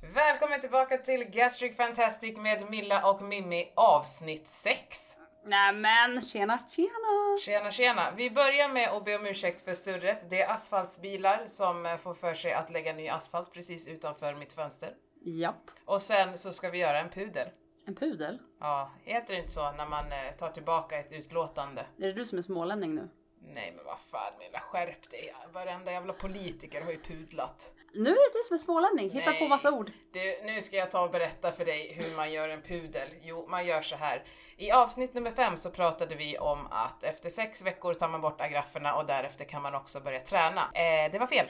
Välkommen tillbaka till Gastric Fantastic med Milla och Mimmi avsnitt 6. Nämen, tjena tjena! Tjena tjena! Vi börjar med att be om ursäkt för surret. Det är asfaltsbilar som eh, får för sig att lägga ny asfalt precis utanför mitt fönster. Japp, Och sen så ska vi göra en pudel. en pudel. Ja, heter det inte så när man eh, tar tillbaka ett utlåtande? Är det du som är smålänning nu? Nej men vad fan Milla, skärp dig! Varenda jävla politiker har ju pudlat. Nu är det du som är smålänning, hitta Nej. på massa ord. Du, nu ska jag ta och berätta för dig hur man gör en pudel. Jo, man gör så här. I avsnitt nummer fem så pratade vi om att efter sex veckor tar man bort agrafferna och därefter kan man också börja träna. Eh, det var fel.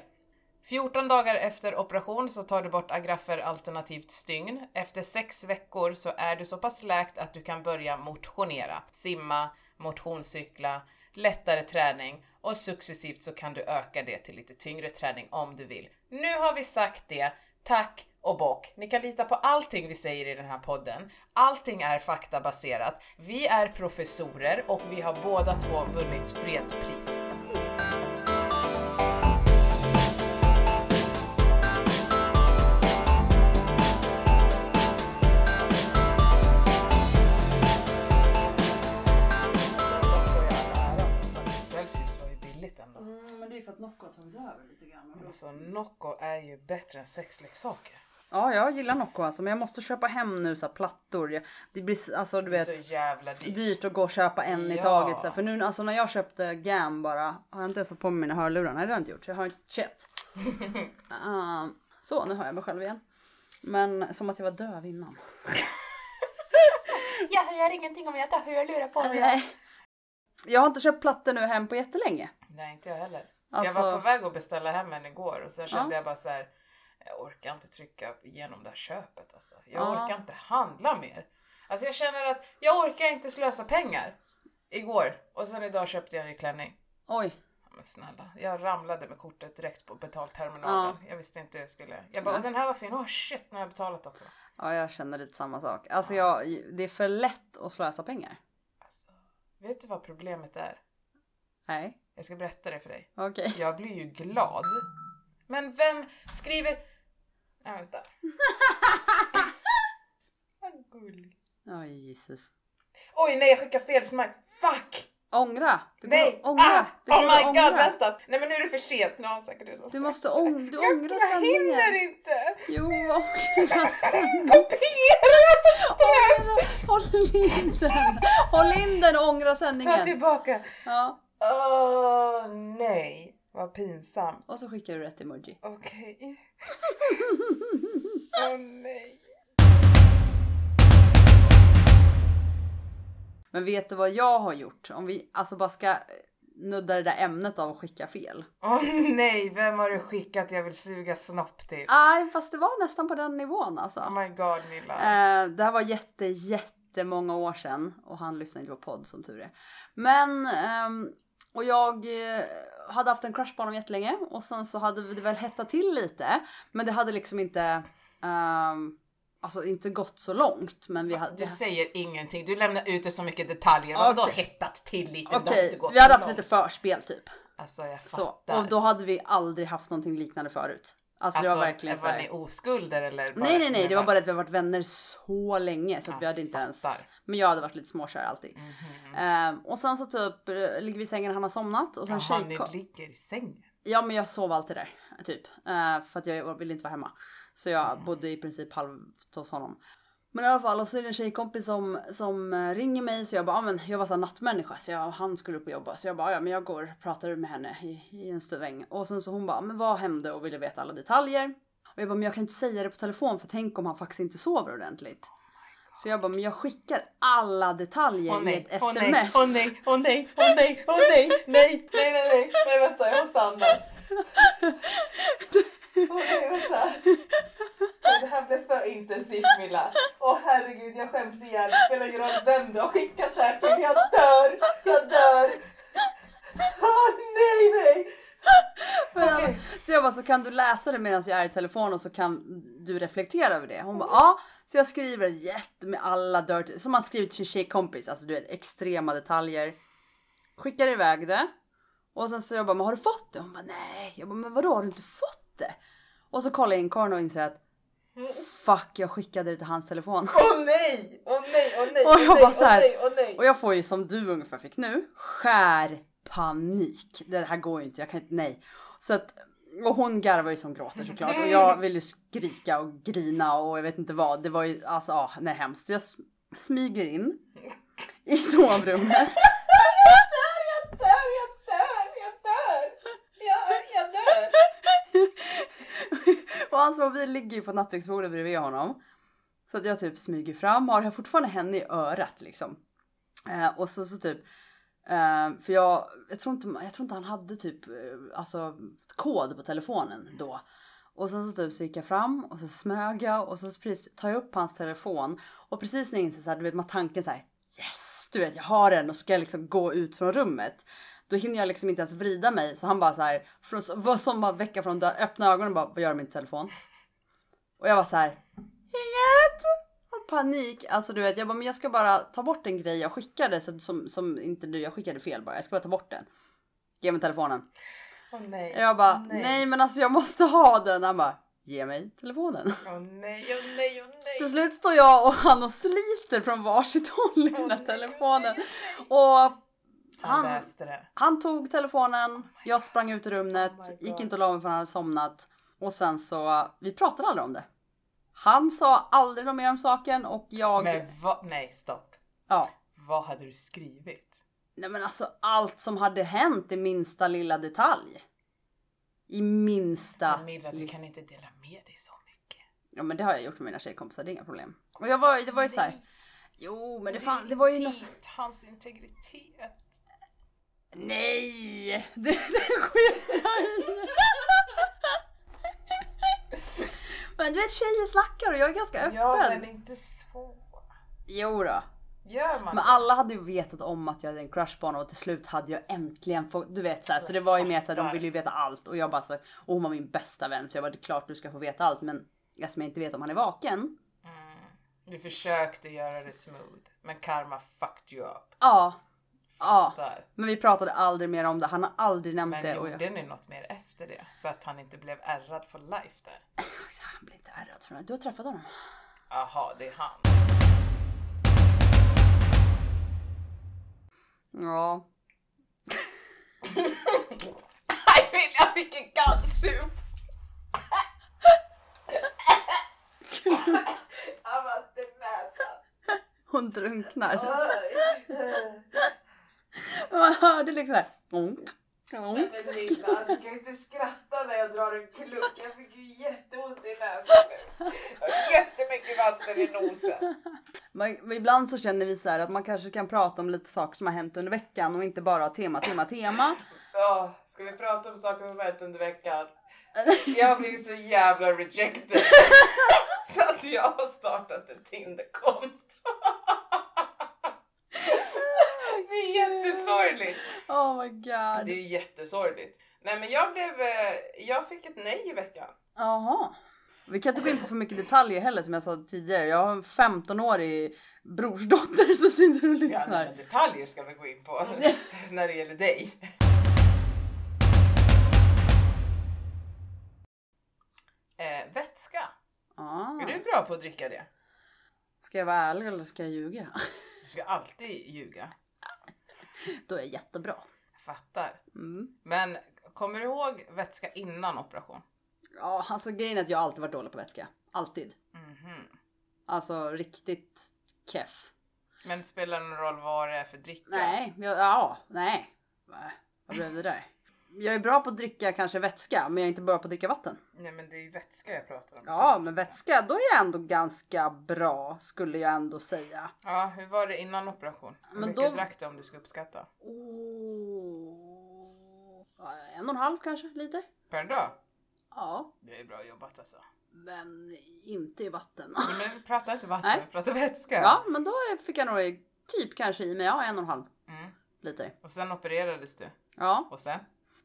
14 dagar efter operation så tar du bort agraffer alternativt stygn. Efter sex veckor så är du så pass läkt att du kan börja motionera, simma, motionscykla, lättare träning och successivt så kan du öka det till lite tyngre träning om du vill. Nu har vi sagt det. Tack och bock. Ni kan lita på allting vi säger i den här podden. Allting är faktabaserat. Vi är professorer och vi har båda två vunnit fredspris. Celsius var ju billigt ändå. Mm, men det är ju för att Nocco har tagit över lite grann. Alltså Nocco är ju bättre än sexleksaker. Ja, jag gillar Nocco alltså, men jag måste köpa hem nu så här, plattor. Jag- Det blir s- alltså du Det är så vet jävla dyrt. dyrt att gå och köpa en i Ja. taget. Så här. För nu alltså när jag köpte GAM bara, har jag inte ens satt på mig mina hörlurar? Nej det har jag inte gjort, jag har inte chat. Ehm, så, nu hör jag mig själv igen. Men som att jag var döv innan. Jag hör ingenting om jag tar hörlurar på Nej. Jag har inte köpt plattor nu hem på jättelänge. Nej, inte jag heller. Alltså- Jag var på väg att beställa hem en igår och sen kände jag bara så här. Jag orkar inte trycka igenom det här köpet alltså. Jag Ja. orkar inte handla mer. Alltså jag känner att jag orkar inte slösa pengar. Igår och sen idag köpte jag en ny klänning. Oj. Ja, Men snälla, jag ramlade med kortet direkt på betalterminalen. Jag visste inte hur jag skulle. Jag bara, Nej. "Åh, den här var fin. Åh shit, nu har jag betalat också. Ja, jag känner lite samma sak. Alltså jag, det är för lätt att slösa pengar. Alltså, vet du vad problemet är? Nej, Jag ska berätta det för dig. okej. Jag blir ju glad. Men vem skriver... Nej, vänta. Vad gullig. Oj, Jesus. Oj, nej jag skickar fel smile. Fuck! Ångra! Du går Nej! och Ångra! Ah! Du går Oh och my ångra. god, vänta! Nej men nu är det för sent. Nu har han säkert redan Du sagt måste det. ång- du Jag- ångrar Jag hinner sanningen. inte! Jo, ångra sanningen. Kopiera på stress! Håll in den! Håll in den och ångra Ta sanningen. tillbaka. Ja. Åh nej, vad pinsamt. Och så skickar du rätt emoji. Okej. Åh nej. Men vet du vad jag har gjort? Om vi alltså bara ska nudda det där ämnet av att skicka fel. Åh nej, vem har du skickat jag vill suga snopp till? Nej, fast det var nästan på den nivån alltså. Oh my god Milla. Eh, det här var jätte, jättemånga år sedan och han lyssnade inte på podd som tur är. Men, ehm, och jag eh, hade haft en crush på honom jättelänge och sen så hade det väl hettat till lite. Men det hade liksom inte, ehm, alltså inte gått så långt. Men vi hade... Du säger ingenting, du lämnar ut det så mycket detaljer. Vadå Okej. hettat till lite? Det har Okej, inte gått vi hade haft långt. lite förspel typ. Alltså jag fattar. Så, och då hade vi aldrig haft någonting liknande förut. Alltså, det alltså, var verkligen så var här... ni oskulder eller? Bara, Nej nej nej, det var bara det att vi har varit vänner så länge så att Jag vi hade inte ens. fattar. Mhm. Men jag hade varit lite småkär alltid. Ehm, och sen så typ eh, ligger vi i sängen, han har somnat och sen Jaha, tjej... ni ligger i sängen. Ja men jag sov alltid där typ. Eh, för att jag ville inte vara hemma. Så jag bodde i princip halvt hos honom. Men i alla fall och så är det en tjejkompis som, som eh, ringer mig så jag bara, ah, men jag var så här nattmänniska så jag, han skulle upp och jobba så jag bara, "Ah, ja men jag går och pratar med henne i, i en sväng. Och sen så hon bara, men vad hände och ville veta alla detaljer. Och jag bara, men jag kan inte säga det på telefon för tänk om han faktiskt inte sover ordentligt. Så jag bara, men jag skickar alla detaljer Åh i nej, ett åh nej, sms. åh nej, åh nej, åh nej, åh nej, nej, nej, nej, nej, nej, vänta, jag måste andas. Åh nej, vänta. Det här blev för intensivt Milla. Åh herregud, jag skäms ihjäl. Det spelar ingen roll vem du har skickat det här till. Jag dör, jag dör. Åh nej, nej. Men jag- Okej. Så jag bara, så kan du läsa det medan jag är i telefon och så kan du reflektera över det? Hon bara, ja. Så jag skriver jätte med alla dirty, som man skriver till sin tjejkompis, alltså du vet extrema detaljer. Skickar iväg det. Och sen så jag bara, men har du fått det? Hon bara, nej. Jag bara, men vadå har du inte fått det? Och så kollar jag in korgen och inser att Fuck, jag skickade det till hans telefon. Åh nej! Åh nej! Åh nej! Och jag åh bara nej, så Åh här- nej! Åh nej! Och jag får ju som du ungefär fick nu, skär panik. Det här går ju inte, jag kan inte, nej. Så att, och hon garvar ju som gråter såklart och jag vill ju skrika och grina och jag vet inte vad. Det var ju alltså, ah, nej hemskt. Så jag s- smyger in i sovrummet. Jag dör! Jag dör! Jag dör! Jag, jag dör! och hans mobil ligger ju på nattduksbordet bredvid honom. Så att jag typ smyger fram, har jag fortfarande henne i örat liksom. Eh, och så, så typ, eh, för jag, jag, tror inte, jag tror inte han hade typ eh, alltså, kod på telefonen då. Och sen så typ så gick jag fram och så smög jag och så precis tar jag upp hans telefon och precis när jag inser så här, du vet man tanken så här yes, du vet jag har den och ska jag liksom gå ut från rummet. Då hinner jag liksom inte ens vrida mig så han bara så här, från, vad som bara väcka från dö- öppna ögonen och bara vad gör du med din telefon? Och jag var så här inget! Och panik, alltså du vet jag bara men jag ska bara ta bort en grej jag skickade så, som, som inte du, jag skickade fel bara, jag ska bara ta bort den. Ge mig telefonen. Åh nej! Jag bara, nej. nej. men alltså jag måste ha den. Han bara, ge mig telefonen. Åh nej! Åh nej! Åh nej! Till slut står jag och han och sliter från varsitt håll i den Åh, där nej, telefonen. Och Han han, läste det. han tog telefonen, jag sprang ut ur rummet, Oh my God. gick inte och la mig för han hade somnat. Och sen så, vi pratade aldrig om det. Han sa aldrig något mer om saken och jag... Men vad, nej stopp. Ja. Vad hade du skrivit? Nej men alltså allt som hade hänt i minsta lilla detalj. I minsta... Camilla, du kan inte dela med dig så mycket. Ja men det har jag gjort med mina tjejkompisar, det är inga problem. Och jag var, det var ju såhär. Jo men det, fan, det var ju nästan... Hans integritet. Nej! Det, det sket jag i! men du vet tjejer slackar och jag är ganska öppen. Ja men inte så. Jo då. Gör man Men alla hade ju vetat om att jag hade en crush på honom och till slut hade jag äntligen fått, du vet såhär, så det var ju mer såhär, de ville ju veta allt och jag bara så, och hon var min bästa vän så jag bara det är klart du ska få veta allt men eftersom jag inte vet om han är vaken. Du försökte göra det smooth, men karma fucked you up. Ja. Ja. Där. Men vi pratade aldrig mer om det, han har aldrig nämnt Men det. oh och jag... gjorde ni något mer efter det? Så att han inte blev ärrad for life där? Han blir inte ärrad för det. Du har träffat honom. Aha, det är han. Ja. Nej, men jag fick en kallsup! av vattennäsan. Hon drunknar. Oj. Man hörde liksom såhär. "Onk, onk." Men Lilla, du kan ju inte skratta när jag drar en klunk. Jag fick ju jätteont i näsan nu. Jag har jättemycket vatten i nosen. Man- men Ibland så känner vi så här att man kanske kan prata om lite saker som har hänt under veckan och inte bara ha tema, tema, tema. Ja, ska vi prata om saker som har hänt under veckan? Jag har blivit så jävla rejected. Så att jag har startat ett Tinderkonto. Det är jättesorgligt. Oh my Det god. är jättesorgligt. Nej men jag blev, eh, jag fick ett nej i veckan. Jaha. Vi kan inte gå in på för mycket detaljer heller som jag sa tidigare. Jag har en 15-årig brorsdotter som sitter Ja, och men lyssnar. detaljer ska vi gå in på när det gäller dig. Eh, vätska. Ah. Är du bra på att dricka det? Ska jag vara ärlig eller ska jag ljuga? Du ska alltid ljuga. Då är jag jättebra. Jag fattar. Mm. Men kommer du ihåg vätska innan operation? Ja, alltså grejen är att jag alltid varit dålig på vätska. Alltid. Mhm. Alltså riktigt keff. Men spelar det någon roll vad det är för dricka? Nej, jag, ja, nej. Va? Vad blev det där? Jag är bra på att dricka kanske vätska, men jag är inte bra på att dricka vatten. Nej men det är ju vätska jag pratar om. Ja, men vätska, då är jag ändå ganska bra skulle jag ändå säga. Ja, hur var det innan operation? Hur Men mycket då- drack du om du ska uppskatta? Oh. Ja, En och en halv kanske, lite. Per dag? Ja, Det är bra jobbat alltså. men inte i vatten. Men nu pratar inte vatten, Nej. vi pratar vätska. Ja, men då fick jag nog typ kanske i mig, ja, en och en halv Mm. liter. Och sen opererades du. Ja. Och sen?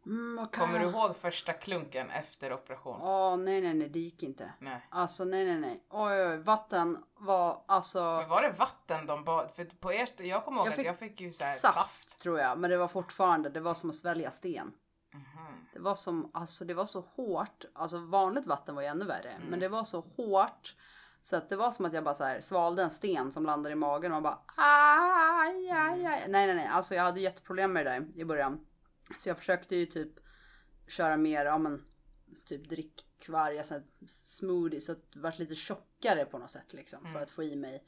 Mm, vad kan Kommer jag- du ihåg första klunken efter operation? Åh nej nej nej det gick inte. Nej. Alltså nej nej nej. Oj, oj, oj. vatten var alltså Men var det vatten de bad? För på ert, jag kommer ihåg Jag att fick jag fick ju så här saft, saft. tror jag. Men det var fortfarande, det var som att svälja sten. Mhm. Det var som, alltså det var så hårt. Alltså vanligt vatten var ju ännu värre. Men Mm. det var så hårt. Så att det var som att jag bara så här, svalde en sten som landade i magen och man bara aj, aj, Mm. aj. Nej nej nej, alltså jag hade jätteproblem med det där i början. Så jag försökte ju typ köra mer, ja men typ drickkvarg, alltså smoothie. Så att det vart lite tjockare på något sätt liksom för Mm. att få i mig.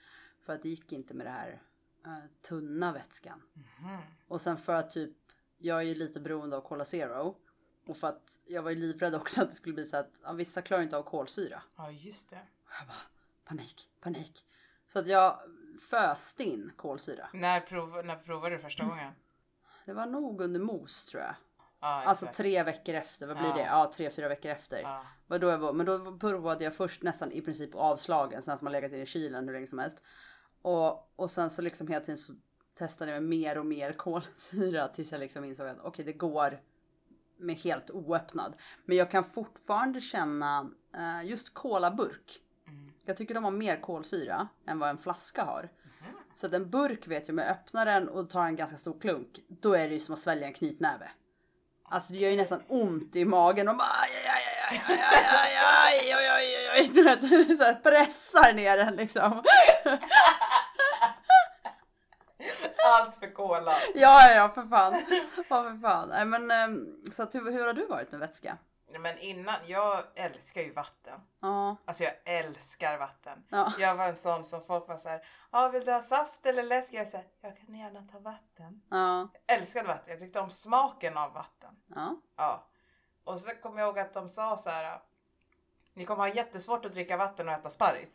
För att det gick inte med det här eh, tunna vätskan. Mhm. Och sen för att typ, jag är ju lite beroende av Cola Zero. Och för att jag var ju livrädd också att det skulle bli så att ja, vissa klarar inte av kolsyra. Ja, just det. Och jag bara, panik, panik. Så att jag föste in kolsyra. När, prov, när provade du första gången? Mm. Det var nog under mos tror jag. Ja, Alltså exakt. tre veckor efter, vad blir Ja. det? Ja, tre, fyra veckor efter. Ja. Var då jag var, men då provade jag först nästan i princip avslagen, sån här som har legat inne i kylen hur länge som helst. Och, och sen så liksom hela tiden så testade jag mer och mer kolsyra tills jag liksom insåg att okej det går med helt oöppnad. Men jag kan fortfarande känna eh, just kolaburk. Jag tycker de har mer kolsyra än vad en flaska har. Så att en burk vet jag, om jag öppnar den och tar en ganska stor klunk, då är det ju som att svälja en knytnäve. Alltså det gör ju nästan ont i magen och bara aj, aj, aj, aj, aj, aj, aj, aj, aj, aj, aj, aj, du vet, så här pressar ner den liksom. typ. Allt för kola. Ja, ja, ja, för fan. Ja, för fan. Nej, men ehm, så att, hur, hur har du varit med vätska? Nej, Men innan, jag älskar ju vatten. Ja, Alltså jag älskar vatten. ja, Jag var en sån som folk var såhär, ah, vill du ha saft eller läsk? Jag sa, jag kan gärna ta vatten. ja, Jag älskade vatten, jag tyckte om smaken av vatten. ja, Ja. Och så kommer jag ihåg att de sa så här. Ni kommer ha jättesvårt att dricka vatten och äta sparris.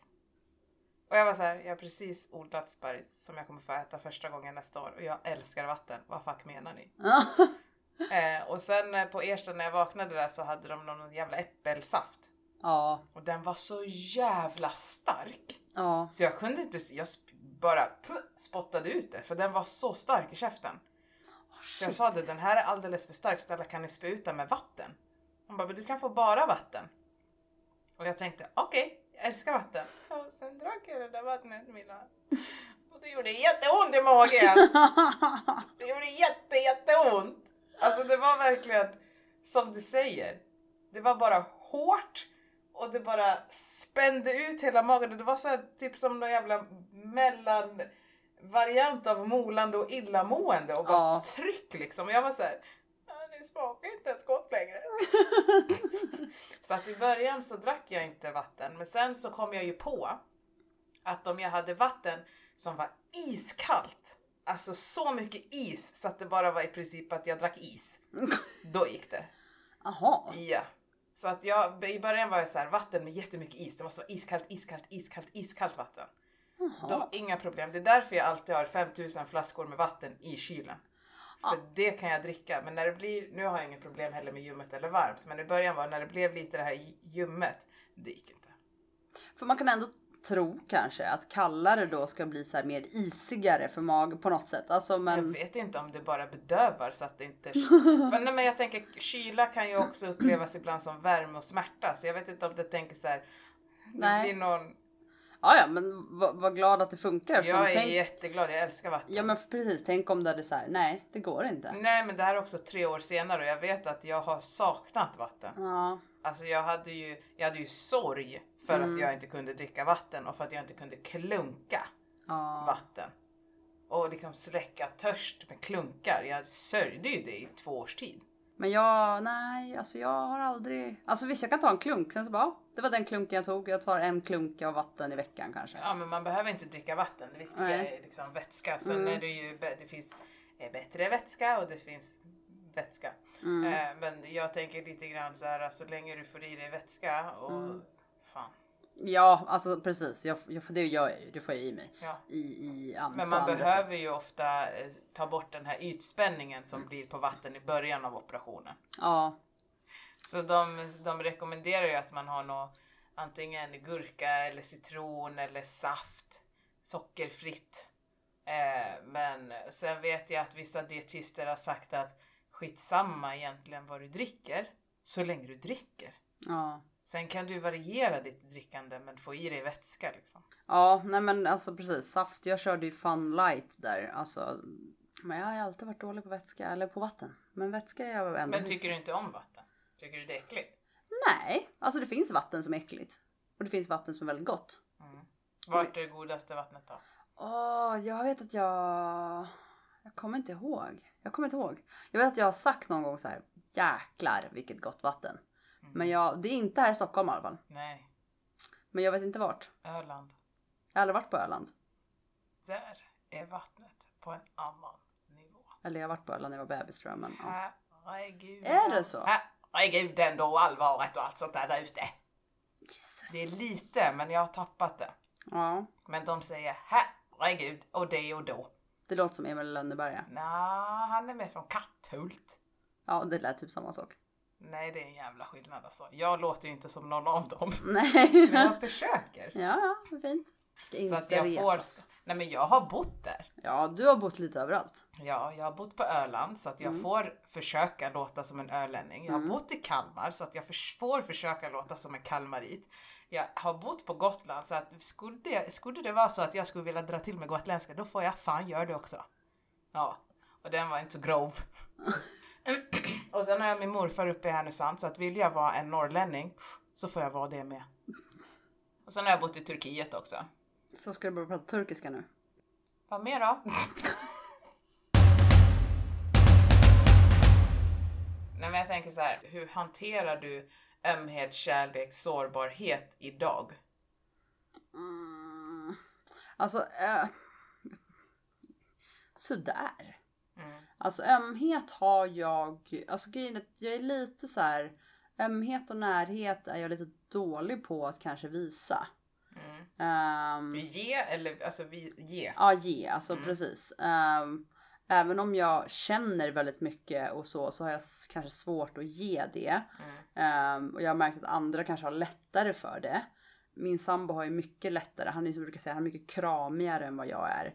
Och jag var så här, jag har precis odlat sparris som jag kommer få äta första gången nästa år och jag älskar vatten. Vad fuck menar ni? ja, Eh, och sen eh, på Ersta när jag vaknade där så hade de någon jävla äppelsaft ja, och den var så jävla stark ja, så jag kunde inte. se- Jag sp- bara puh, spottade ut det för den var så stark i käften. Så jag sa det, den här är alldeles för stark, snälla kan ni spä ut den med vatten? Hon bara, men du kan få bara vatten. Och jag tänkte, okej, jag älskar vatten. Och sen drack jag det där vattnet Milla. Och det gjorde jätteont i magen. Det gjorde jätte, jätteont. Alltså det var verkligen som du säger. Det var bara hårt och det bara spände ut hela magen. Och Det var så här, typ som någon jävla mellanvariant av molande och illamående och bara Ja. tryck liksom. Och jag var så här, "Ja, nu smakar ju inte ett skott längre. så att i början så drack jag inte vatten men sen så kom jag ju på att om jag hade vatten som var iskallt, alltså så mycket is så att det bara var i princip att jag drack is, då gick det. aha, Ja. Så att jag, i början var jag så här, vatten med jättemycket is, det var så iskallt, iskallt, iskallt, iskallt vatten. Då, aha. inga problem, det är därför jag alltid har 5000 flaskor med vatten i kylen. För det kan jag dricka, men när det blir, nu har jag inget problem heller med ljummet eller varmt, men i början var när det blev lite det här ljummet, det gick inte. För man kan ändå tro kanske att kallare då ska bli så här mer isigare för magen på något sätt. Alltså men, Jag vet inte om det bara bedövar så att det inte... Men, nej, men jag tänker kyla kan ju också upplevas ibland som värme och smärta så jag vet inte om det tänker så här. Det Nej. blir någon... ja, ja, men var, var glad att det funkar. eftersom Jag är tänk- jätteglad, jag älskar vatten. Ja men precis, tänk om det hade så här, nej det går inte. Nej men det här är också tre år senare och jag vet att jag har saknat vatten. Ja, Alltså jag hade ju, jag hade ju sorg för Mm. att jag inte kunde dricka vatten och för att jag inte kunde klunka ja, vatten. Och liksom släcka törst med klunkar. Jag sörjde ju det i två års tid. men jag, nej alltså jag har aldrig, alltså visst jag kan ta en klunk sen så bara, ja, det var den klunken jag tog, jag tar en klunk av vatten i veckan kanske. Ja men man behöver inte dricka vatten, det viktiga Nej. Mm. är liksom vätska. Sen är det ju, bä- det finns eh, bättre vätska och det finns vätska. Mm. Eh, Men jag tänker lite grann så här, alltså, så länge du får i dig vätska och Mm. fan. Ja, alltså precis, jag, jag, för det gör jag ju, det får jag i mig. Ja. I, i an, Men på man andra behöver sätt. Mm. ju ofta eh, ta bort den här ytspänningen som blir på vatten i början av operationen. Ja, Så de, de rekommenderar ju att man har nå antingen gurka eller citron eller saft, sockerfritt. Eh, men sen vet jag att vissa dietister har sagt att skitsamma egentligen vad du dricker, så länge du dricker. ja. Sen kan du variera ditt drickande men få i dig vätska liksom. Ja, nej men alltså precis. Saft, jag körde ju Fun Light där. Alltså Men jag har ju alltid varit dålig på vätska, eller på vatten. Men vätska är jag ändå Men tycker du inte om vatten? Tycker du det är äckligt? Nej, alltså det finns vatten som är äckligt. Och det finns vatten som är väldigt gott. Mm. Vart är det godaste vattnet då? Åh, jag vet att jag... Jag kommer inte ihåg. Jag kommer inte ihåg. Jag vet att jag har sagt någon gång så här, jäklar vilket gott vatten. Mm. Men jag, det är inte här i Stockholm i alla fall. Nej, Men jag vet inte vart. Öland. Jag har aldrig varit på Öland. Där är vattnet på en annan nivå. Eller jag har varit på Öland när jag var bebis tror jag. Men, ja. Herregud. Är det så? Herregud ändå och allvaret och allt sånt där där ute. Det är Jesus. lite, men jag har tappat det. Ja, Men de säger herregud och det och då. det låter som Emil i Lönneberga. Nja, han är med från Katthult. Ja, det lät typ samma sak. Nej, det är en jävla skillnad alltså. Jag låter ju inte som någon av dem. Nej. Men jag försöker. Ja, ja, vad fint. Ska Så inte alltså. att jag reta. får... Nej men jag har bott där. Ja, du har bott lite överallt. Ja, jag har bott på Öland så att jag Mm. får försöka låta som en ölänning. Jag har Mm. bott i Kalmar så att jag förs- får försöka låta som en kalmarit. Jag har bott på Gotland så att skulle det, skulle det vara så att jag skulle vilja dra till med gotländska då får jag fan göra det också. Ja, och den var inte så grov. och sen har jag min morfar uppe i Härnösand så att vill jag vara en norrlänning så får jag vara det med. Och sen har jag bott i Turkiet också. Så ska du börja prata turkiska nu. Vad mer då? Nej men jag tänker så här, hur hanterar du ömhet, kärlek, sårbarhet idag? Mm. Alltså, eh, sådär. Mm. Alltså ömhet har jag, alltså grejen är att jag är lite så här. ömhet och närhet är jag lite dålig på att kanske visa. Mm. Ehm, Ge eller alltså vi, ge. Ja, ge. Alltså Mm. precis. Ehm, även om jag känner väldigt mycket och så, så har jag s- kanske svårt att ge det. Mm. Ehm, och jag har märkt att andra kanske har lättare för det. Min sambo har ju mycket lättare. Han är ju som jag brukar säga, han är mycket kramigare än vad jag är.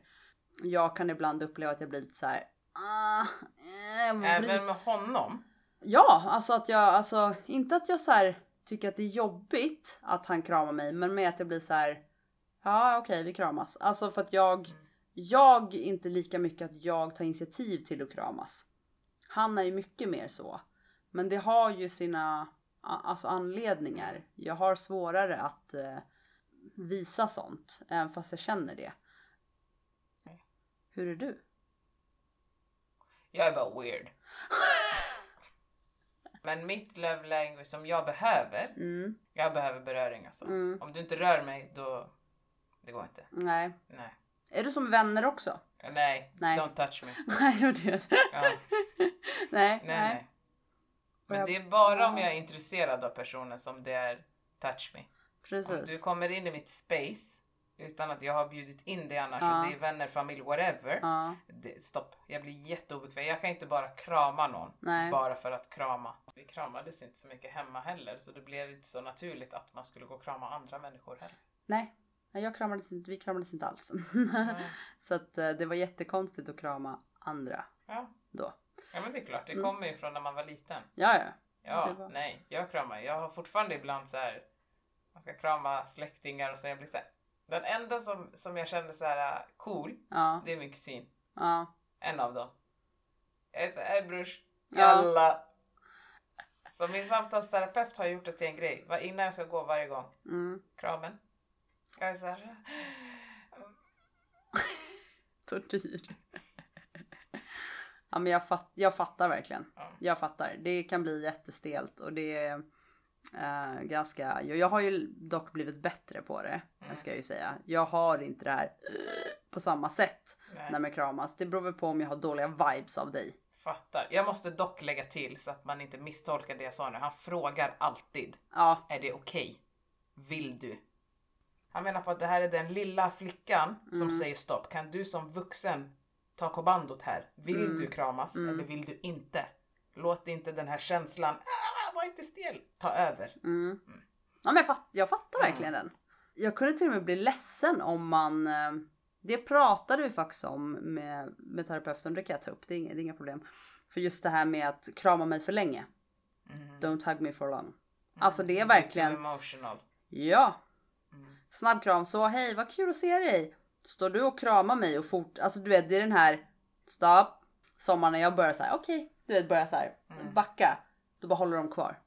Jag kan ibland uppleva att jag blir lite så här. "Ah, eh, jag vri- Även med honom. Ja, alltså att jag, alltså inte att jag så här tycker att det är jobbigt att han kramar mig, men med att jag blir så här. Ja, okej, vi kramas. Alltså för att jag, Mm. jag är inte lika mycket att jag tar initiativ till att kramas. Han är ju mycket mer så, men det har ju sina a- alltså anledningar. Jag har svårare att eh, visa sånt, även fast jag känner det. Hur är du? Jag är bara weird. men mitt love language som jag behöver, Mm, jag behöver beröring alltså. mm, Om du inte rör mig då, det går inte. nej. Nej. Är du som vänner också? Nej, Nej. don't touch me. Nej, jag vet. Ja. nej, Nej, nej. Men Jag- det är bara om Ja. jag är intresserad av personen som det är touch me. Om Precis. du kommer in i mitt space utan att jag har bjudit in dig annars Ja. och det är vänner, familj, whatever. Ja, Det, stopp, jag blir jätteobekväm. Jag kan inte bara krama någon nej. bara för att krama. Vi kramades inte så mycket hemma heller så det blev inte så naturligt att man skulle gå och krama andra människor heller. Nej. Nej, jag kramades inte, vi kramades inte alls. Mm. så att eh, det var jättekonstigt att krama andra Ja. då. ja, men det är klart. Det Mm. kommer ju från när man var liten. Ja, ja. Ja, Det var- nej, jag kramar. Jag har fortfarande ibland så här. man ska krama släktingar och sen jag blir så här. Den enda som, som jag kände så här äh, cool, Ja, det är min kusin. ja. En av dem. Jag är så här, "Hej, brors, Ja. jalla. Så min samtalsterapeut har gjort det till en grej, va- innan jag ska gå varje gång, Mm. kramen. Jag är så här. "Mm, Tortyr. ja, men jag, fat, jag fattar verkligen. Ja. Jag fattar. Det kan bli jättestelt och det är eh, ganska... Jag, jag har ju dock blivit bättre på det, Mm. ska jag ju säga. Jag har inte det här eh, på samma sätt Nej, när man kramas. Det beror väl på om jag har dåliga vibes av dig. fattar. Jag måste dock lägga till så att man inte misstolkar det jag sa nu. Han frågar alltid. Ja, Är det okej? Vill du? Han menar på att det här är den lilla flickan som Mm. säger stopp. Kan du som vuxen ta kommandot här? Vill Mm. du kramas Mm. eller vill du inte? Låt inte den här känslan, ah, var inte stel, ta över. Mm. Ja, men jag, fatt, jag fattar verkligen den. Jag kunde till och med bli ledsen om man... eh, Det pratade vi faktiskt om med, med terapeuten, det kan jag ta upp, det är, inga, det är inga problem. För just det här med att krama mig för länge. Mm. Don't hug me for long. Alltså det är Lite verkligen... Emotional. Ja! Mm. Snabb kram så, hej vad kul att se dig! Står du och kramar mig och fort... Alltså du vet, det är den här... Stopp. Sommaren när jag börjar så här, okej, du vet börjar så här, Mm. backa. Då bara håller de kvar.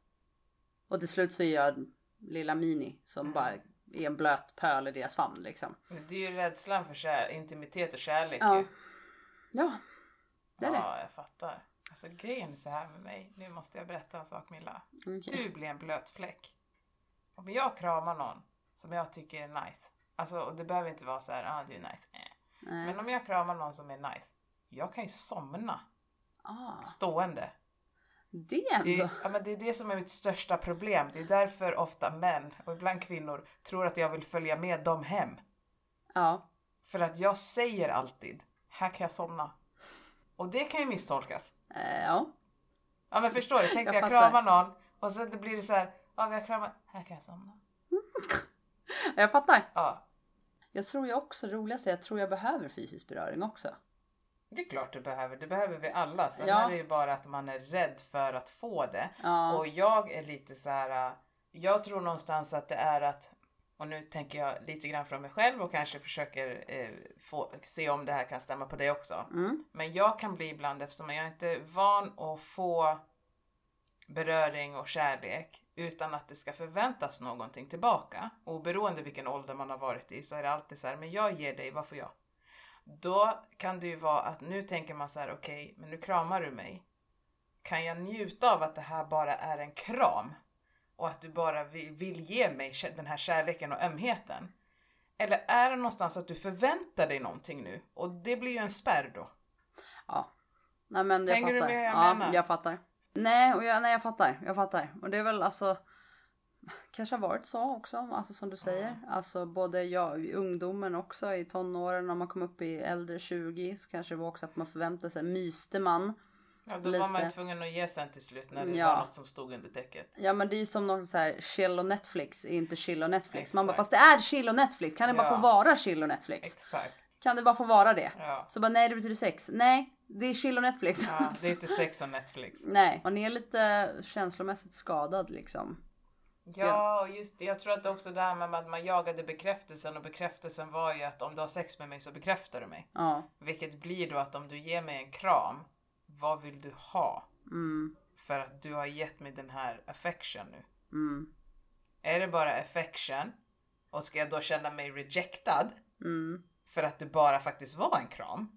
Och till slut så är jag lilla Mini som Mm. bara är en blöt pöl i deras famn liksom. Det är ju rädslan för kär, intimitet och kärlek Ja. ju. Ja, det är det. Ja, jag fattar. Alltså grejen är så här med mig. Nu måste jag berätta en sak Milla. Okej. Du blir en blöt fläck. Om jag kramar någon som jag tycker är nice. Alltså och det behöver inte vara så här, ah du är nice. Eh. Nej. Men om jag kramar någon som är nice. Jag kan ju somna Ah, stående. det Det ändå. är, ja, men det är det som är mitt största problem. Det är därför ofta män och ibland kvinnor tror att jag vill följa med dem hem. Ja. För att jag säger alltid, här kan jag somna. Och det kan ju misstolkas. Eh, ja. Ja men förstår du, tänk Jag dig jag fattar. kramar någon och sen det blir det så här, ja vi har kramat, här kan jag somna. Jag fattar. Ja, Jag tror jag också, det roligaste är att jag tror jag behöver fysisk beröring också. det är klart du behöver, det behöver vi alla. Sen Ja. är det ju bara att man är rädd för att få det. Ja. Och jag är lite så här. äh, Jag tror någonstans att det är att, och nu tänker jag lite grann från mig själv och kanske försöker eh, få, se om det här kan stämma på dig också. Mm. Men jag kan bli ibland eftersom jag är inte är van att få beröring och kärlek utan att det ska förväntas någonting tillbaka. Oberoende vilken ålder man har varit i så är det alltid så här, men jag ger dig, vad får jag? Då kan det ju vara att nu tänker man så här, okej, men nu kramar du mig. Kan jag njuta av att det här bara är en kram? Och att du bara vill, vill ge mig kä- den här kärleken och ömheten? Eller är det någonstans att du förväntar dig någonting nu? Och det blir ju en spärr då. Ja. Nej men jag Hänger du fattar. med hur jag ja, menar? jag fattar. Nej, och jag, nej, jag fattar. Jag fattar. Och det är väl alltså. Kanske har varit så också, alltså som du säger. Alltså både jag, i ungdomen också, i tonåren, när man kom upp i äldre 20 så kanske det var också att man förväntade sig, myste man? Ja, då Lite. var man ju tvungen att ge sen till slut när det Ja. var något som stod under täcket. Ja men det är ju som någon så här chill och Netflix är inte chill och Netflix. Man bara Exakt. fast det är chill och Netflix. Kan det bara Ja. få vara chill och Netflix? Exakt. Kan det bara få vara det? Ja. Så bara nej det betyder sex. Nej det är chill och Netflix. ja det är inte sex och Netflix. Nej man är lite känslomässigt skadad liksom. Ja, och just det. Jag tror att det också det här med att man jagade bekräftelsen och bekräftelsen var ju att om du har sex med mig så bekräftar du mig. Ja. Vilket blir då att om du ger mig en kram, vad vill du ha? Mm, För att du har gett mig den här affection nu. mm, Är det bara affection och ska jag då känna mig rejectad mm. för att det bara faktiskt var en kram?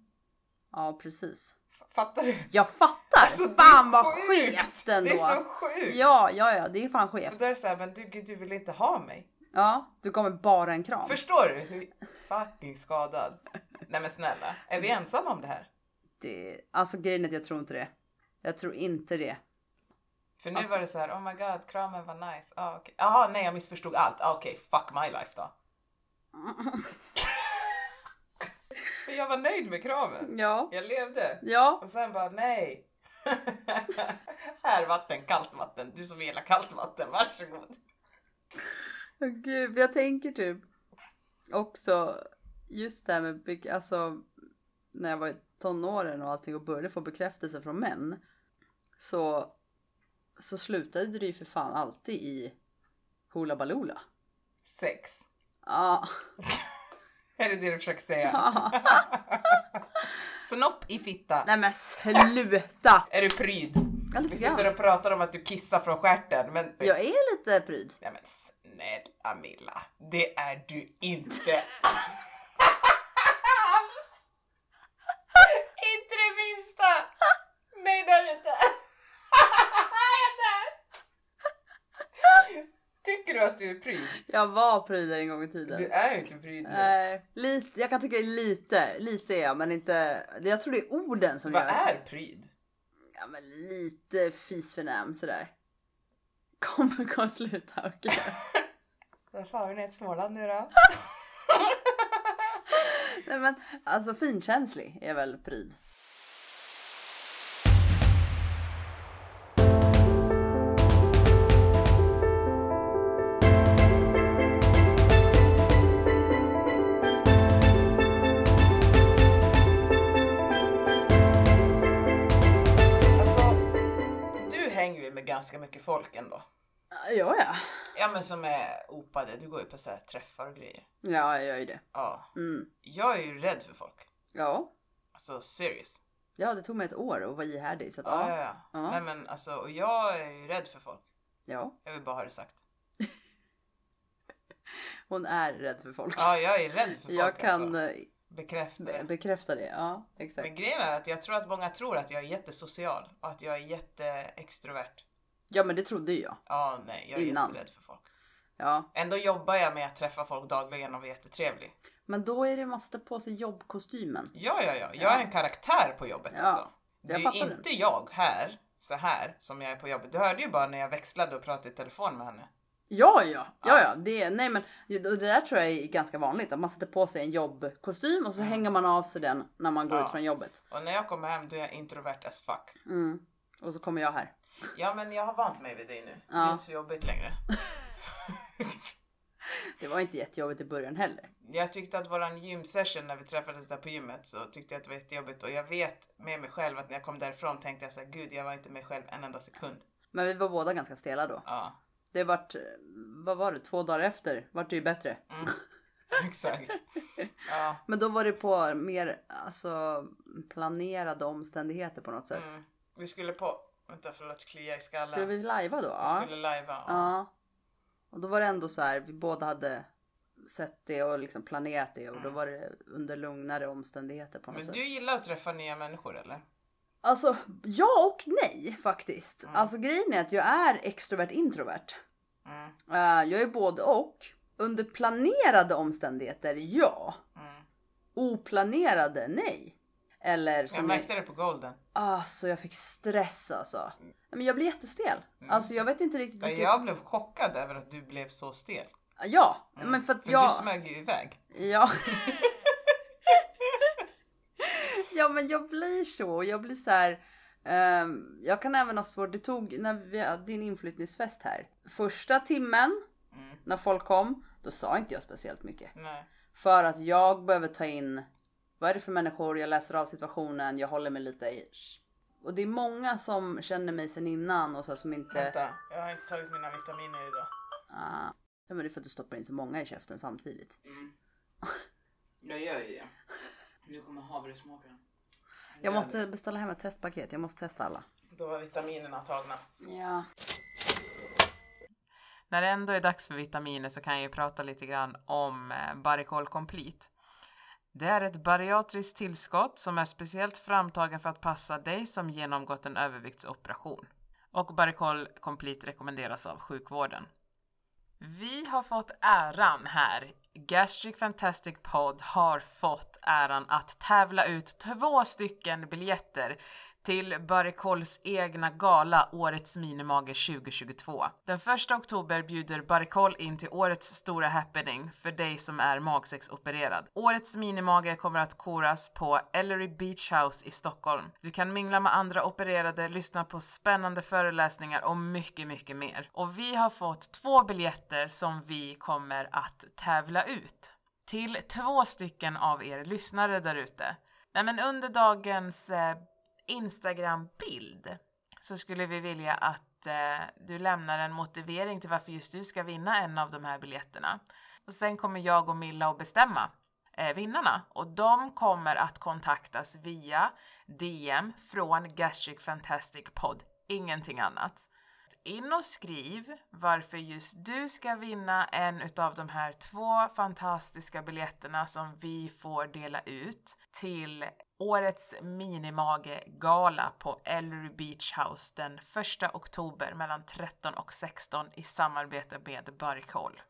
Ja precis. F- Fattar du? Jag fattar! Alltså, det fan är vad sjukt! skevt Det ändå. är så sjukt! Ja, ja, ja, det är fan Och skevt. då är det såhär, men du, gud, du vill inte ha mig. Ja, du kommer bara en kram. Förstår du? Hur fucking skadad. Nej men snälla, är vi ensamma om det här? Det, alltså grejen är att jag tror inte det. Jag tror inte det. För nu Alltså- var det så här, oh my god, kramen var nice. Ah, okay. Jaha, nej jag missförstod allt. Ah, Okej, fuck my life då. För jag var nöjd med kramen. Ja. Jag levde. Ja, Och sen bara, nej. här vatten, kallt vatten. Du som gillar kallt vatten, varsågod. Åh, gud, jag tänker typ också just det här med, bek- alltså när jag var i tonåren och allting och började få bekräftelse från män så, så slutade det ju för fan alltid i Hoola Baloola. Sex. Ja, Är det det du försöker säga? Snopp i fitta. nej men sluta! Är du pryd? Ja, Vi lite sitter grann. och pratar om att du kissar från stjärten men... Jag är lite pryd. Nej men snälla Milla, det är du inte alls! inte det minsta! Nej, det är du inte. Jag dör. Tycker du att du är pryd? Jag var pryd en gång i Du tiden. är ju inte pryd nu. Nej, lite, jag kan tycka lite, lite är jag men inte, jag tror det är orden som Vad gör att- är pryd? Ja men lite fisförnäm sådär. Kommer gå och sluta okej. Varför har vi ner till Småland nu då? Nej men alltså finkänslig är väl pryd. Alltså, du hänger ju med ganska mycket folk ändå. Ja ja. Ja men som är opade, du går ju på så här träffar och grejer. Ja jag gör ju det. Ja. Mm. Jag är ju rädd för folk. Ja. Alltså serious. Ja, det tog mig ett år att vara ihärdig. Så att, Ja, ja. ja, ja. Ja. Nej men alltså, och jag är ju rädd för folk. ja, Jag vill bara ha det sagt. hon är rädd för folk. Ja, jag är rädd för folk jag kan alltså. eh, Bekräfta be- det. bekräfta det. Ja, exakt. Men grejen är att jag tror att många tror att jag är jättesocial och att jag är jätteextrovert. Ja, men det trodde ju jag. Ja, nej, jag är Innan. jätterädd för folk. Ja, Ändå jobbar jag med att träffa folk dagligen och är jättetrevlig. men då är det man sätter på sig jobbkostymen. Ja, ja, ja. Jag Ja. är en karaktär på jobbet Ja, alltså. Det är jag ju fattar det. inte jag här, så här, som jag är på jobbet. Du hörde ju bara när jag växlade och pratade i telefon med henne. Ja, ja, ja, Ja. ja, det, nej, men och det där tror jag är ganska vanligt att man sätter på sig en jobbkostym och så hänger man av sig den när man går Ja. ut från jobbet. Och när jag kommer hem då är jag introvert as fuck. Mm. Och så kommer jag här. Ja, men jag har vant mig vid dig nu. Det Ja. är inte så jobbigt längre. Det var inte jättejobbigt i början heller. Jag tyckte att våran gymsession när vi träffades där på gymmet så tyckte jag att det var jättejobbigt och jag vet med mig själv att när jag kom därifrån tänkte jag så här, gud jag var inte mig själv en enda sekund. Men vi var båda ganska stela då. Ja, Det vart, eh, vad var det, två dagar efter vart det ju bättre. mm. exakt. Ja, Men då var det på mer alltså, planerade omständigheter på något sätt. mm. Vi skulle på, vänta förlåt klia i skallen. Skulle vi lajva då? Vi Ja. skulle lajva. Ja. ja. Och då var det ändå så här, vi båda hade sett det och liksom planerat det och då Mm. var det under lugnare omständigheter på något Men sätt. du gillar att träffa nya människor eller? Alltså ja och nej faktiskt. Mm. Alltså grejen är att jag är extrovert introvert. Mm, Eh, jag är både och. Under planerade omständigheter ja. mm. Oplanerade nej. Eller Jag som jag, märkte Mm. det på golden. alltså, jag fick stress alltså. Men jag blev jättestel. Mm. Alltså jag vet inte riktigt vilket... Jag blev chockad över att du blev så stel. Ja, Mm. men för att För jag... du smög ju iväg. Ja. ja men jag blir så. och Jag blir så här. ehm, jag kan även ha svårt. Det tog när vi hade din inflyttningsfest här. Första timmen Mm. när folk kom. Då sa inte jag speciellt mycket. Nej. För att jag behöver ta in. Vad är det för människor? Jag läser av situationen. Jag håller mig lite i. Och det är många som känner mig sen innan och så här, som inte. Vänta, jag har inte tagit mina vitaminer idag. Ah. Ja, men det är för att du stoppar in så många i käften samtidigt. Mm. Jag gör ju det. Nu kommer havresmaken. Jag måste beställa hem ett testpaket. Jag måste testa alla. Då var vitaminerna tagna. Ja. När det ändå är dags för vitaminer så kan jag ju prata lite grann om eh, Baricol Complete. Det är ett bariatriskt tillskott som är speciellt framtagen för att passa dig som genomgått en överviktsoperation. Och Baricol Complete rekommenderas av sjukvården. Vi har fått äran här. Gastric Fantastic Pod har fått äran att tävla ut två stycken biljetter till Barikols egna gala Årets Minimager 2022. Den 1 oktober bjuder Barikol in till årets stora happening för dig som är magsexopererad. Årets Minimager kommer att koras på Ellery Beach House i Stockholm. Du kan mingla med andra opererade, lyssna på spännande föreläsningar och mycket, mycket mer. Och vi har fått två biljetter som vi kommer att tävla ut till två stycken av er lyssnare där ute. Nej, men under dagens eh, Instagram-bild så skulle vi vilja att eh, du lämnar en motivering till varför just du ska vinna en av de här biljetterna. Och sen kommer jag och Milla att bestämma eh, vinnarna och de kommer att kontaktas via DM från Gastric Fantastic Pod, ingenting annat. In och skriv varför just du ska vinna en utav de här två fantastiska biljetterna som vi får dela ut till årets Minimage-gala på Ellery Beach House den 1 oktober mellan 13 och 16 i samarbete med Barikoll.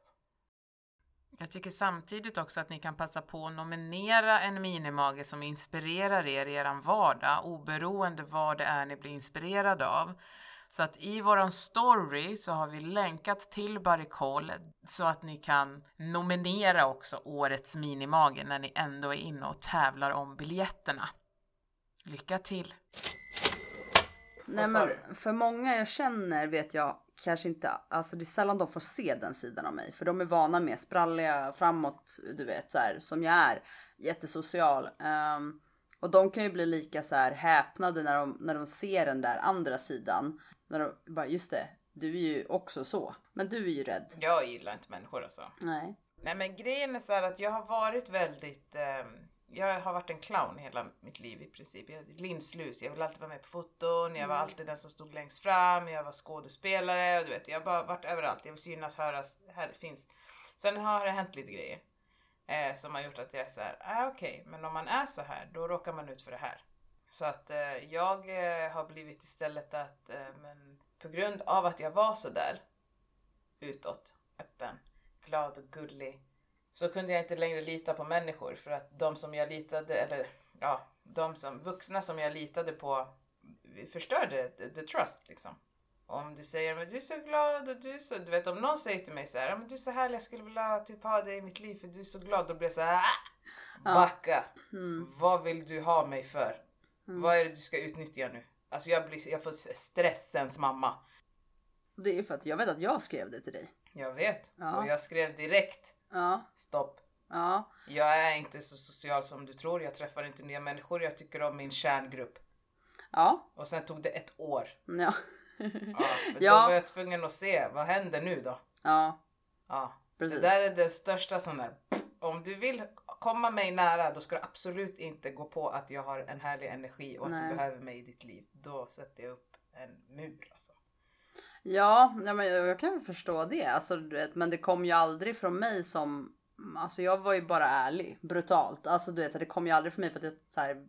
Jag tycker samtidigt också att ni kan passa på att nominera en minimage som inspirerar er i er vardag oberoende vad det är ni blir inspirerade av. Så att i våran story så har vi länkat till Barikoll så att ni kan nominera också årets minimage när ni ändå är inne och tävlar om biljetterna. Lycka till! Nej Vad sa men för många jag känner vet jag kanske inte, alltså det är sällan de får se den sidan av mig. För de är vana med spralliga framåt, du vet så här, som jag är. Jättesocial. Ehm, och de kan ju bli lika så här häpnade när de, när de ser den där andra sidan. När de bara, just det, du är ju också så. Men du är ju rädd. Jag gillar inte människor alltså. Nej. Nej men grejen är så här att jag har varit väldigt, eh, jag har varit en clown hela mitt liv i princip. Jag, linslus, jag ville alltid vara med på foton, jag var alltid den som stod längst fram, jag var skådespelare och du vet, jag har bara varit överallt. Jag vill synas, höras, här finns. Sen har det hänt lite grejer eh, som har gjort att jag är såhär, ah, okej, men om man är så här då råkar man ut för det här. Så att eh, jag eh, har blivit istället att, eh, men på grund av att jag var så där utåt, öppen, glad och gullig så kunde jag inte längre lita på människor för att de som jag litade, eller ja, de som, vuxna som jag litade på förstörde the, the trust liksom. Om du säger men du är så glad och du är så, du vet om någon säger till mig så här, "Ja, men du är så härlig, jag skulle vilja typ ha dig i mitt liv för du är så glad, då blir jag så här, ah! Ja. backa. Mm. Vad vill du ha mig för? Mm. Vad är det du ska utnyttja nu? Alltså jag, blir, jag får stressens mamma. Det är ju för att jag vet att jag skrev det till dig. Jag vet. Ja. Och jag skrev direkt, Ja, stopp. ja. Jag är inte så social som du tror. Jag träffar inte nya människor. Jag tycker om min kärngrupp. Ja, Och sen tog det ett år. ja. Ja, för Ja. Då var jag tvungen att se. Vad händer nu då? ja, Ja. Det precis. där är den största sån där. Om du vill komma mig nära då ska du absolut inte gå på att jag har en härlig energi och att Nej. du behöver mig i ditt liv. Då sätter jag upp en mur alltså. Ja, nej, men jag jag kan väl förstå det. Alltså, du vet, men det kom ju aldrig från mig som... Alltså jag var ju bara ärlig, brutalt. Alltså du vet, det kom ju aldrig från mig för att jag så här,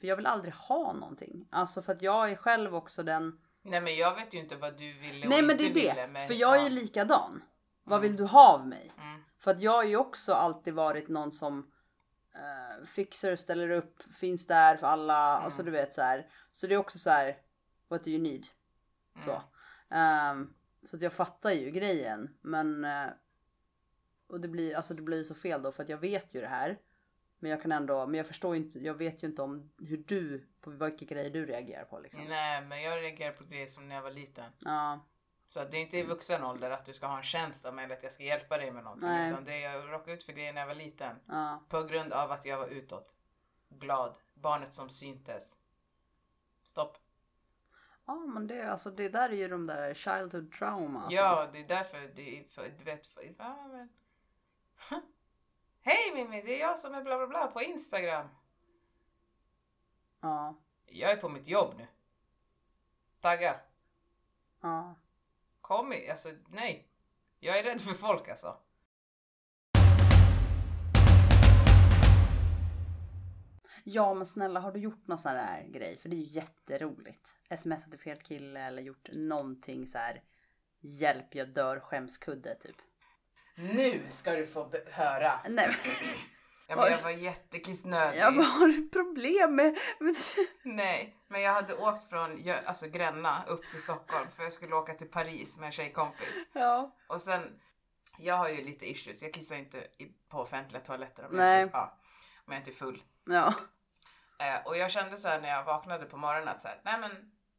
För jag vill aldrig ha någonting. Alltså för att jag är själv också den... Nej men jag vet ju inte vad du ville och Nej men inte det är det. ville. Men, För jag är ja. ju likadan. Vad Mm. vill du ha av mig? Mm. För att jag har ju också alltid varit någon som eh, fixar, ställer upp, finns där för alla. Alltså Mm. du vet så här. Så det är också så här. What do you need? Så. Ehm, så att jag fattar ju grejen. Men. eh, och det blir, alltså det blir ju så fel då för att jag vet ju det här. Men jag kan ändå, men jag förstår ju inte, jag vet ju inte om hur du, på vilka grejer du reagerar på liksom. Nej men jag reagerar på grejer som när jag var liten. Ja, Så att det är inte i Mm. vuxen ålder att du ska ha en tjänst av mig eller att jag ska hjälpa dig med någonting. Nej. Utan det jag råkade ut för grejer när jag var liten. ja, På grund av att jag var utåt. Glad. Barnet som syntes. Stopp. ja men det, alltså det där är ju de där childhood trauma. Alltså. Ja, det är därför det är för, du vet, för, ja, men. Hej Mimmi, det är jag som är bla bla bla på Instagram. Ja, Jag är på mitt jobb nu. Tagga. ja. Kom i, alltså nej. Jag är rädd för folk alltså. Ja men snälla har du gjort någon sån här grej? För det är ju jätteroligt. Smsat till fel kille eller gjort någonting så här. Hjälp jag dör skämskudde typ. Nu ska du få be- höra. Nej Ja, men jag Oj. var jättekissnödig. jag bara, har du problem med... med Nej, men jag hade åkt från Gö- alltså, Gränna upp till Stockholm för jag skulle åka till Paris med en tjejkompis. ja. Och sen, jag har ju lite issues. Jag kissar inte i, på offentliga toaletter om, Nej. Jag, inte, ja, om jag inte är full. Ja. Eh, och jag kände så här när jag vaknade på morgonen att så här, nej men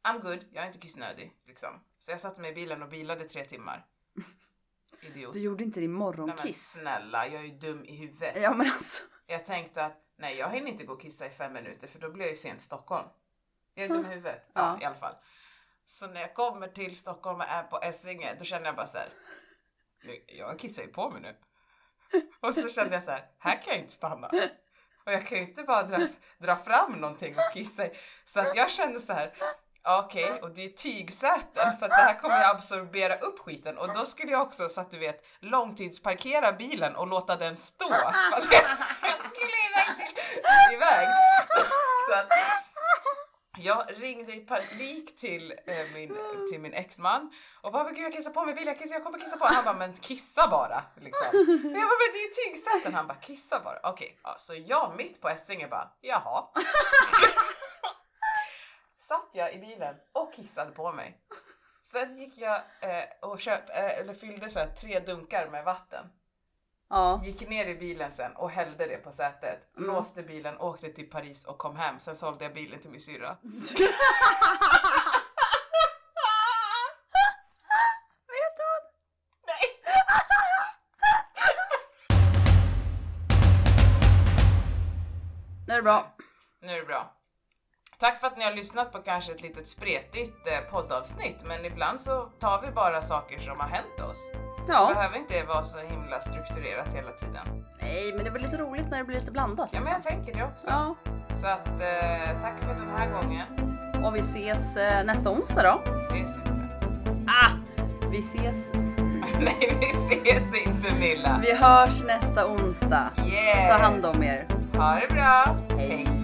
I'm good, jag är inte kissnödig. Liksom. Så jag satte mig i bilen och bilade tre timmar. Idiot. Du gjorde inte din Nej, men morgonkiss. snälla, jag är ju dum i huvudet. Ja men alltså. Jag tänkte att nej, jag hinner inte gå och kissa i fem minuter för då blir jag ju sent i Stockholm. Jag är dum i huvudet. Ja, Ja. i alla fall. Så när jag kommer till Stockholm och är på Essinge, då känner jag bara så här. "Nu- Jag kissar ju på mig nu. Och så kände jag så här, här kan jag inte stanna. Och jag kan ju inte bara dra, dra fram någonting och kissa i. Så att jag kände så här, okej, och det är ju tygsäten så att det här kommer ju absorbera upp skiten. Och då skulle jag också, så att du vet, långtidsparkera bilen och låta den stå. Fast jag, jag skulle iväg till, iväg. Så att, jag ringde i panik till, eh, min, till min exman och bara men gud jag kissar på mig, vill jag kissa? Jag kommer kissa på mig. Han bara men kissa bara liksom. Men jag bara men det är ju tygsäten. Han bara kissa bara. Okej, ja, så jag mitt på Essinge bara jaha. Satt jag i bilen och kissade på mig. Sen gick jag eh, och köp, eh, eller fyllde så här tre dunkar med vatten. Ja. Gick ner i bilen sen och hällde det på sätet. Mm. Låste bilen, åkte till Paris och kom hem. Sen sålde jag bilen till min syrra. Vet du vad? Nej! Nu är det bra. Nu är det bra. Tack för att ni har lyssnat på kanske ett litet spretigt eh, poddavsnitt men ibland så tar vi bara saker som har hänt oss. Det Ja. behöver inte vara så himla strukturerat hela tiden. Nej men det var lite roligt när det blir lite blandat. Ja men liksom. jag tänker det också. ja. Så att eh, tack för den här gången. Och vi ses eh, nästa onsdag då. Vi ses inte. Ah! Vi ses. Nej vi ses inte Milla. Vi hörs nästa onsdag. Yes. Ta hand om er. Ha det bra. Hej. Hej.